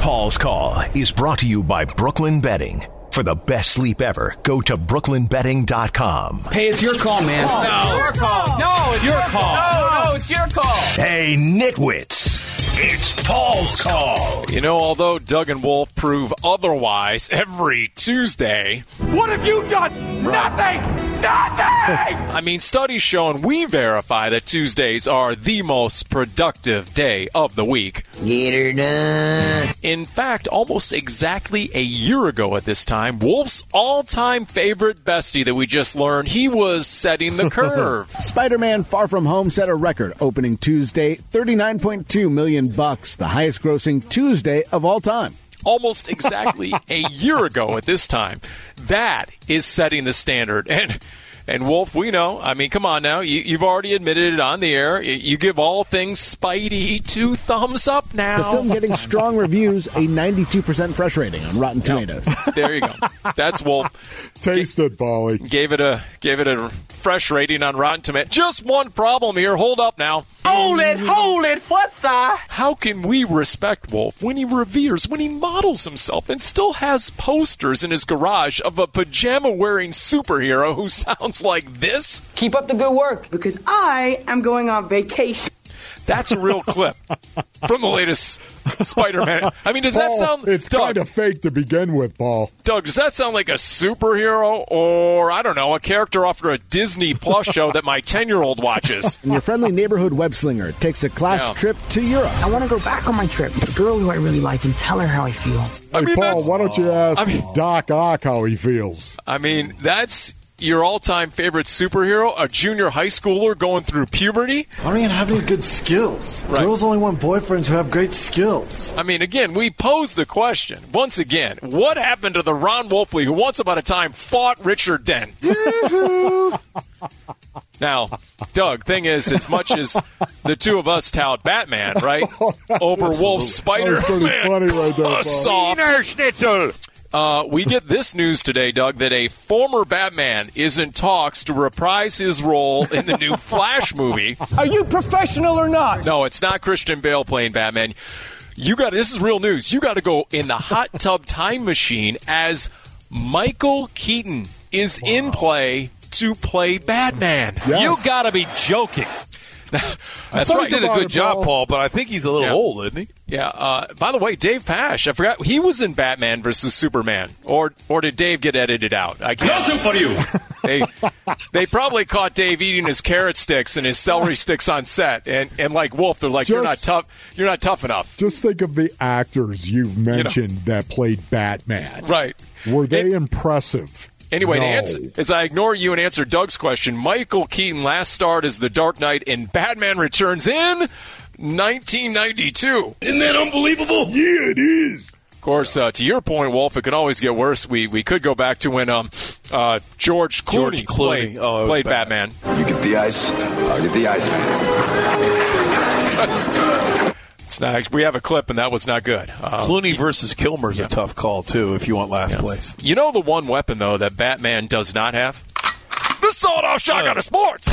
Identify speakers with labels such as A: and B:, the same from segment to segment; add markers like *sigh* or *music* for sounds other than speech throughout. A: Paul's Call is brought to you by Brooklyn Betting. For the best sleep ever, go to brooklynbetting.com.
B: Hey, it's your call, man.
C: No. Your call.
D: No, it's
B: Your call.
D: No, no, it's your call.
A: Hey, nitwits, it's Paul's Call.
C: You know, although Doug and Wolf prove otherwise every Tuesday,
E: What have you done? Nothing! Nothing!
C: *laughs* I mean, studies show and we verify that Tuesdays are the most productive day of the week. In fact, almost exactly a year ago at this time, Wolf's all time favorite bestie that we just learned, he was setting the curve.
F: Spider Man Far From Home set a record opening Tuesday, 39.2 million bucks, the highest grossing Tuesday of all time.
C: almost exactly a year ago at this time. That is setting the standard. And and Wolf, we know. I mean, come on now. You, you've already admitted it on the air. You, you give all things Spidey two thumbs up
F: The film
C: now.
F: getting
G: *laughs*
F: strong reviews, a 92% fresh rating on Rotten Tomatoes.
C: There you go. That's Wolf.
H: Taste it, Bolly.
C: Gave it a gave it a fresh rating on Rotten Tomatoes. Just one problem here. Hold up now.
E: Hold it, hold it, what the?
C: How can we respect Wolf when he reveres, when he models himself, and still has posters in his garage of a pajama wearing superhero who *laughs* sounds like this?
D: Keep up the good work.
I: because I am going on vacation.
C: That's a real clip from the latest Spider-Man. I mean, does that
H: Paul,
C: sound
H: Oh, It's
C: Doug,
H: kind of fake to begin with, Paul.
C: Doug, does that sound like a superhero or I don't know, a character off of a Disney Plus show that my 10-year-old watches?
F: And your friendly neighborhood web slinger takes a class
C: Yeah.
F: trip to Europe.
G: I want to go back on my trip to the girl who I really like and tell her how I feel.
H: Hey,
C: mean,
H: Paul,
C: that's-
H: why don't you ask
C: I mean-
H: Doc Ock how he feels?
C: I mean, that's your all-time favorite superhero, a junior high schooler going through puberty?
J: I don't even have any good skills.
C: Right.
J: Girls only want boyfriends who have great skills.
C: I mean, again, we pose the question once again: What happened to the Ron Wolfley who once upon a time fought Richard
H: *laughs*
C: Dent? now, Doug, thing is, as much as the two of us tout Batman, right, over Wolf Spider
H: That was pretty funny right there, Bob.
C: soft uh, we get this news today, Doug, that a former Batman is in talks to reprise his role in the new Flash movie.
B: Are you professional or not?
C: No, it's not Christian Bale playing Batman. You got this is real news. You got to go in the hot tub time machine as Michael Keaton is in play to play Batman.
H: Yes.
D: You gotta be
C: *laughs*
D: joking.
C: That's
H: thought
C: right.
H: he did a good job, Paul,
D: but I think he's a little
C: Yeah. old,
D: isn't he?
C: Yeah. Uh, by the way, Dave Pash, I forgot he was in Batman versus Superman, or or did Dave get edited out? I
E: Nothing
C: can't.
E: for you.
C: *laughs* they they probably caught Dave eating his carrot sticks and his celery sticks on set, and and like Wolf, they're like, you're not
H: Just-
C: tough, you're not tough enough,
H: Just think of the actors you've mentioned that played Batman.
C: right?
H: Were they
C: And-
H: impressive?
C: Anyway,
H: no.
C: to answer, as I ignore you and answer Doug's question, Michael Keaton last starred as the Dark Knight in Batman Returns in 1992.
H: Isn't that unbelievable? Yeah, it is.
C: Of course, uh, to your point, Wolf, it can always get worse. We we could go back to when um, uh, George Clooney,
D: George Clooney.
C: played,
D: Oh, it was
C: played
D: bad.
C: Batman.
K: You get the ice, I'll get the ice man.
C: *laughs* It's not, we have a clip, and that was not good. Uh,
D: Clooney versus Kilmer's a tough call too, if you want last place.
C: you know the one weapon though that Batman does not have. The sawed-off shotgun of sports.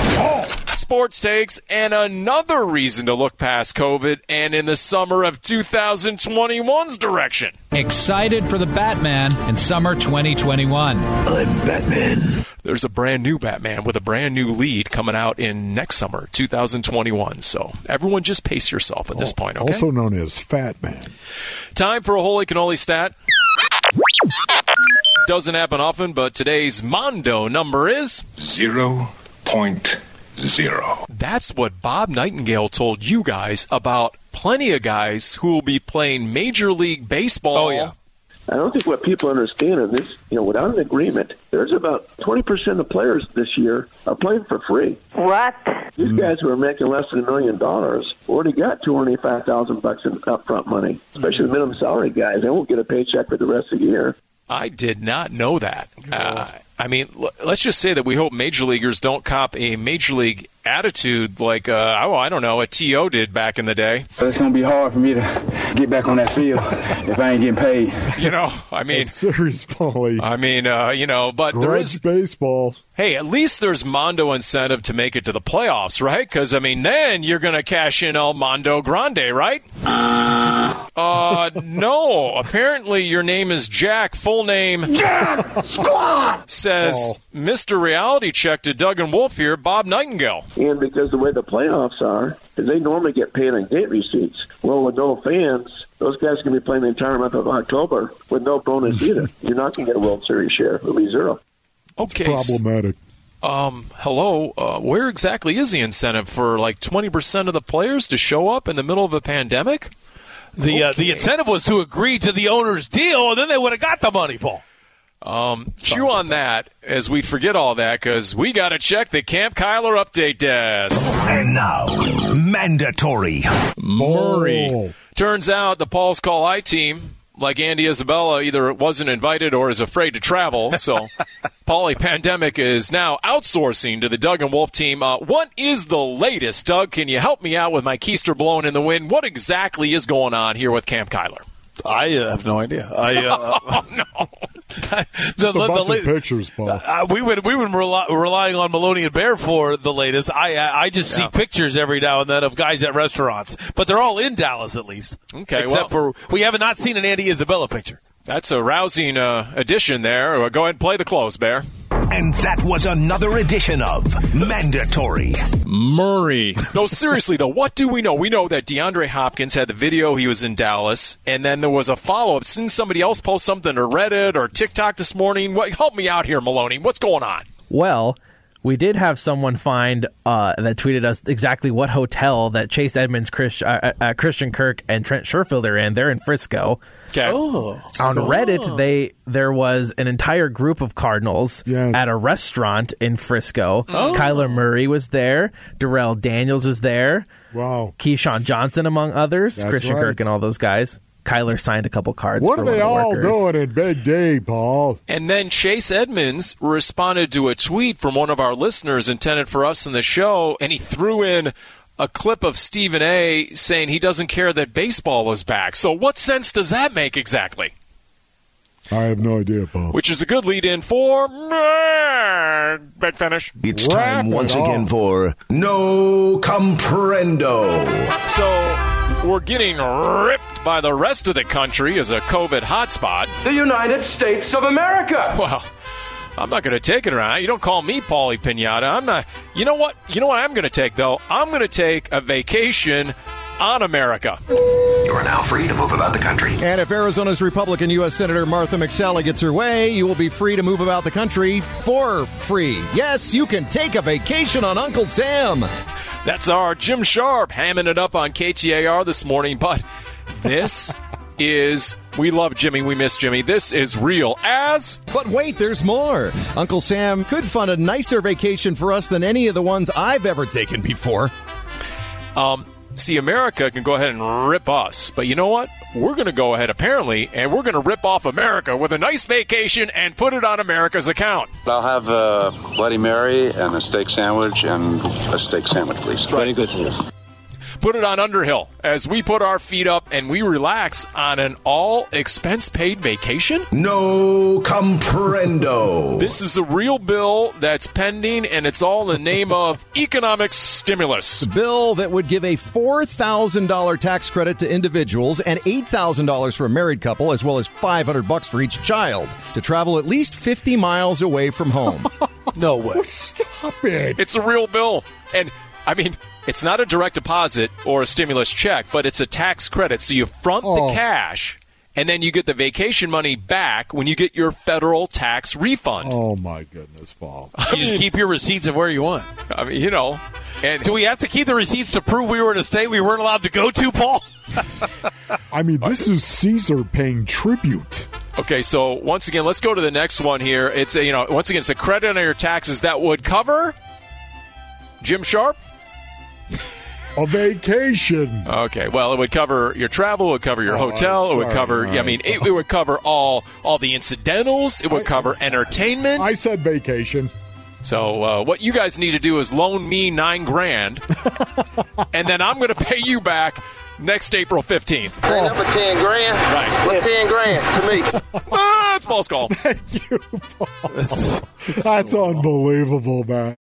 C: Sports takes and another reason to look past COVID and in the summer of 2021's direction.
B: Excited for the Batman in summer 2021.
C: There's a brand new Batman with a brand new lead coming out in next summer, 2021. So everyone just pace yourself at this point, okay?
H: Also known as Fat Man.
C: Time for a holy cannoli stat. Doesn't happen often, but today's Mondo number is.
K: Zero point zero.
C: That's what Bob Nightingale told you guys about plenty of guys who will be playing Major League Baseball.
D: Oh, yeah.
E: I don't think what people understand is this, you know, without an agreement, there's about 20% of players this year are playing for free.
I: What?
E: These guys who are making less than a million dollars already got two hundred eighty-five thousand bucks in upfront money. Especially the minimum salary guys, they won't get a paycheck for the rest of the year.
C: I did not know that. Uh, I mean, l- let's just say that we hope major leaguers don't cop a major league attitude like, uh, oh, I don't know, a TO did back in the day.
K: It's gonna be hard for me to get back on that field if I ain't getting paid.
C: You know, I mean,
H: Serious, Paulie.
C: I mean, uh, you know, but there
H: Grudge
C: is,
H: baseball.
C: hey, at least there's Mondo incentive to make it to the playoffs, right? Because, I mean, then you're going to cash in El Mondo Grande, right? Uh, no. Apparently, your name is Jack. Full name.
L: Jack Squad!
C: Says Mr. Reality Check to Doug and Wolf here, Bob Nightingale.
E: And because the way the playoffs are, is they normally get paid on gate receipts. Well, with no fans, those guys can be playing the entire month of October with no bonus either. You're not going to get a World Series share. It'll be zero.
C: Okay.
H: Problematic.
C: Um, hello. Uh, where exactly is the incentive for like 20% of the players to show up in the middle of a pandemic?
M: The uh, the incentive was to agree to the owner's deal, and then they would have got the money, Paul.
C: Um, chew on that as we forget all that because we got to check the Camp Kyler update desk.
A: And now, mandatory.
C: Maury. Turns out the Paul's Call I team, like Andy Isabella, either wasn't invited or is afraid to travel. So, Paulie Pandemic is now outsourcing to the Doug and Wolf team. Uh, what is the latest, Doug? Can you help me out with my keister blown in the wind? What exactly is going on here with Camp Kyler? Oh,
D: I uh, have no idea. I
C: *laughs*
D: uh, *laughs*
M: The,
H: Just a
M: the-
H: bunch
M: the
H: of
M: la-
H: pictures, Paul.
M: uh, we would we would rely, relying on Maloney and Bear for the latest. I I I just see pictures every now and then of guys at restaurants, but they're all in Dallas at least.
C: Okay,
M: except
C: well-
M: for we have not seen an Andy Isabella picture.
C: That's a rousing uh, addition there. Uh, Go ahead and play the close, Bear.
A: And that was another edition of Mandatory.
C: Murray. no, seriously though, what do we know? We know that DeAndre Hopkins had the video. He was in Dallas, and then there was a follow up. Since somebody else post something or Reddit or TikTok this morning, what, help me out here, Maloney. What's going on?
N: Well, we did have someone find uh, that tweeted us exactly what hotel that Chase Edmonds, Chris, uh, uh, Christian Kirk, and Trent Sherfield are in. They're in Frisco.
C: Okay.
N: Oh. On Reddit, they there was an entire group of Cardinals at a restaurant in Frisco.
L: Oh.
N: Kyler Murray was there. Darrell Daniels was there.
H: Wow.
N: Keyshawn Johnson, among others.
H: That's
N: Christian
H: right.
N: Kirk and all those guys. Kyler signed a couple cards.
H: What
N: for
H: are
N: one
H: they
N: of the
H: all
N: workers.
H: doing in Big D, Paul?
C: And then Chase Edmonds responded to a tweet from one of our listeners intended for us in the show, and he threw in a clip of Stephen A. saying he doesn't care that baseball is back. So, what sense does that make exactly?
H: I have no idea, Paul.
C: Which is a good lead in for big finish.
A: It's time once again for No Comprendo.
C: So we're getting ripped by the rest of the country as a COVID hotspot.
L: The United States of America.
C: Well, I'm not going to take it around. You don't call me Paulie Pinata. I'm not. You know what? You know what I'm going to take though. I'm going to take a vacation on America.
O: You are now free to move about the country.
P: And if Arizona's Republican U.S. Senator Martha McSally gets her way, you will be free to move about the country for free. Yes, you can take a vacation on Uncle Sam.
C: That's our Jim Sharp hamming it up on KTAR this morning. But this is we love Jimmy. We miss Jimmy. This is real as.
P: But wait, there's more. Uncle Sam could fund a nicer vacation for us than any of the ones I've ever taken before.
C: Um, see, America can go ahead and rip us, but you know what? We're going to go ahead, apparently, and we're going to rip off America with a nice vacation and put it on America's account.
K: I'll have a Bloody Mary and a steak sandwich and a steak sandwich, please. Very good, sir.
C: Put it on Underhill as we put our feet up and we relax on an all expense paid vacation?
A: No Comprendo.
C: This is a real bill that's pending, and it's all in the
D: *laughs*
C: name of economic stimulus.
P: bill that would give a $4,000 tax credit to individuals and $8,000 for a married couple as well as 500 bucks for each child to travel at least 50 miles away from home.
D: no way.
H: Oh, Stop it.
C: It's a real bill. And I mean, it's not a direct deposit or a stimulus check, but it's a tax credit. So you front
H: Oh.
C: the cash and then you get the vacation money back when you get your federal tax refund.
H: Oh my goodness, Paul.
M: You just keep your receipts of where you want.
C: I mean, you know. And
M: do we have to keep the receipts to prove we were in a state we weren't allowed to go to, Paul?
H: I mean, this is Caesar paying tribute.
C: Okay, so once again, let's go to the next one here. It's a, you know, once again, it's a credit on your taxes that would cover Jim Sharp.
H: A vacation.
C: Okay, well, it would cover your travel, it would cover your
H: Oh,
C: hotel, it would
H: sorry,
C: cover.
H: all
C: I mean, it, it would cover all all the incidentals. It would cover entertainment.
H: I said vacation. *laughs*
C: So uh, what you guys need to do is loan me nine
H: *laughs*
C: grand, and then I'm going to pay you back next April fifteenth.
L: Say number 10 grand. Right. What's 10 grand to me?
C: ah, it's Paul's call.
H: That's unbelievable, man.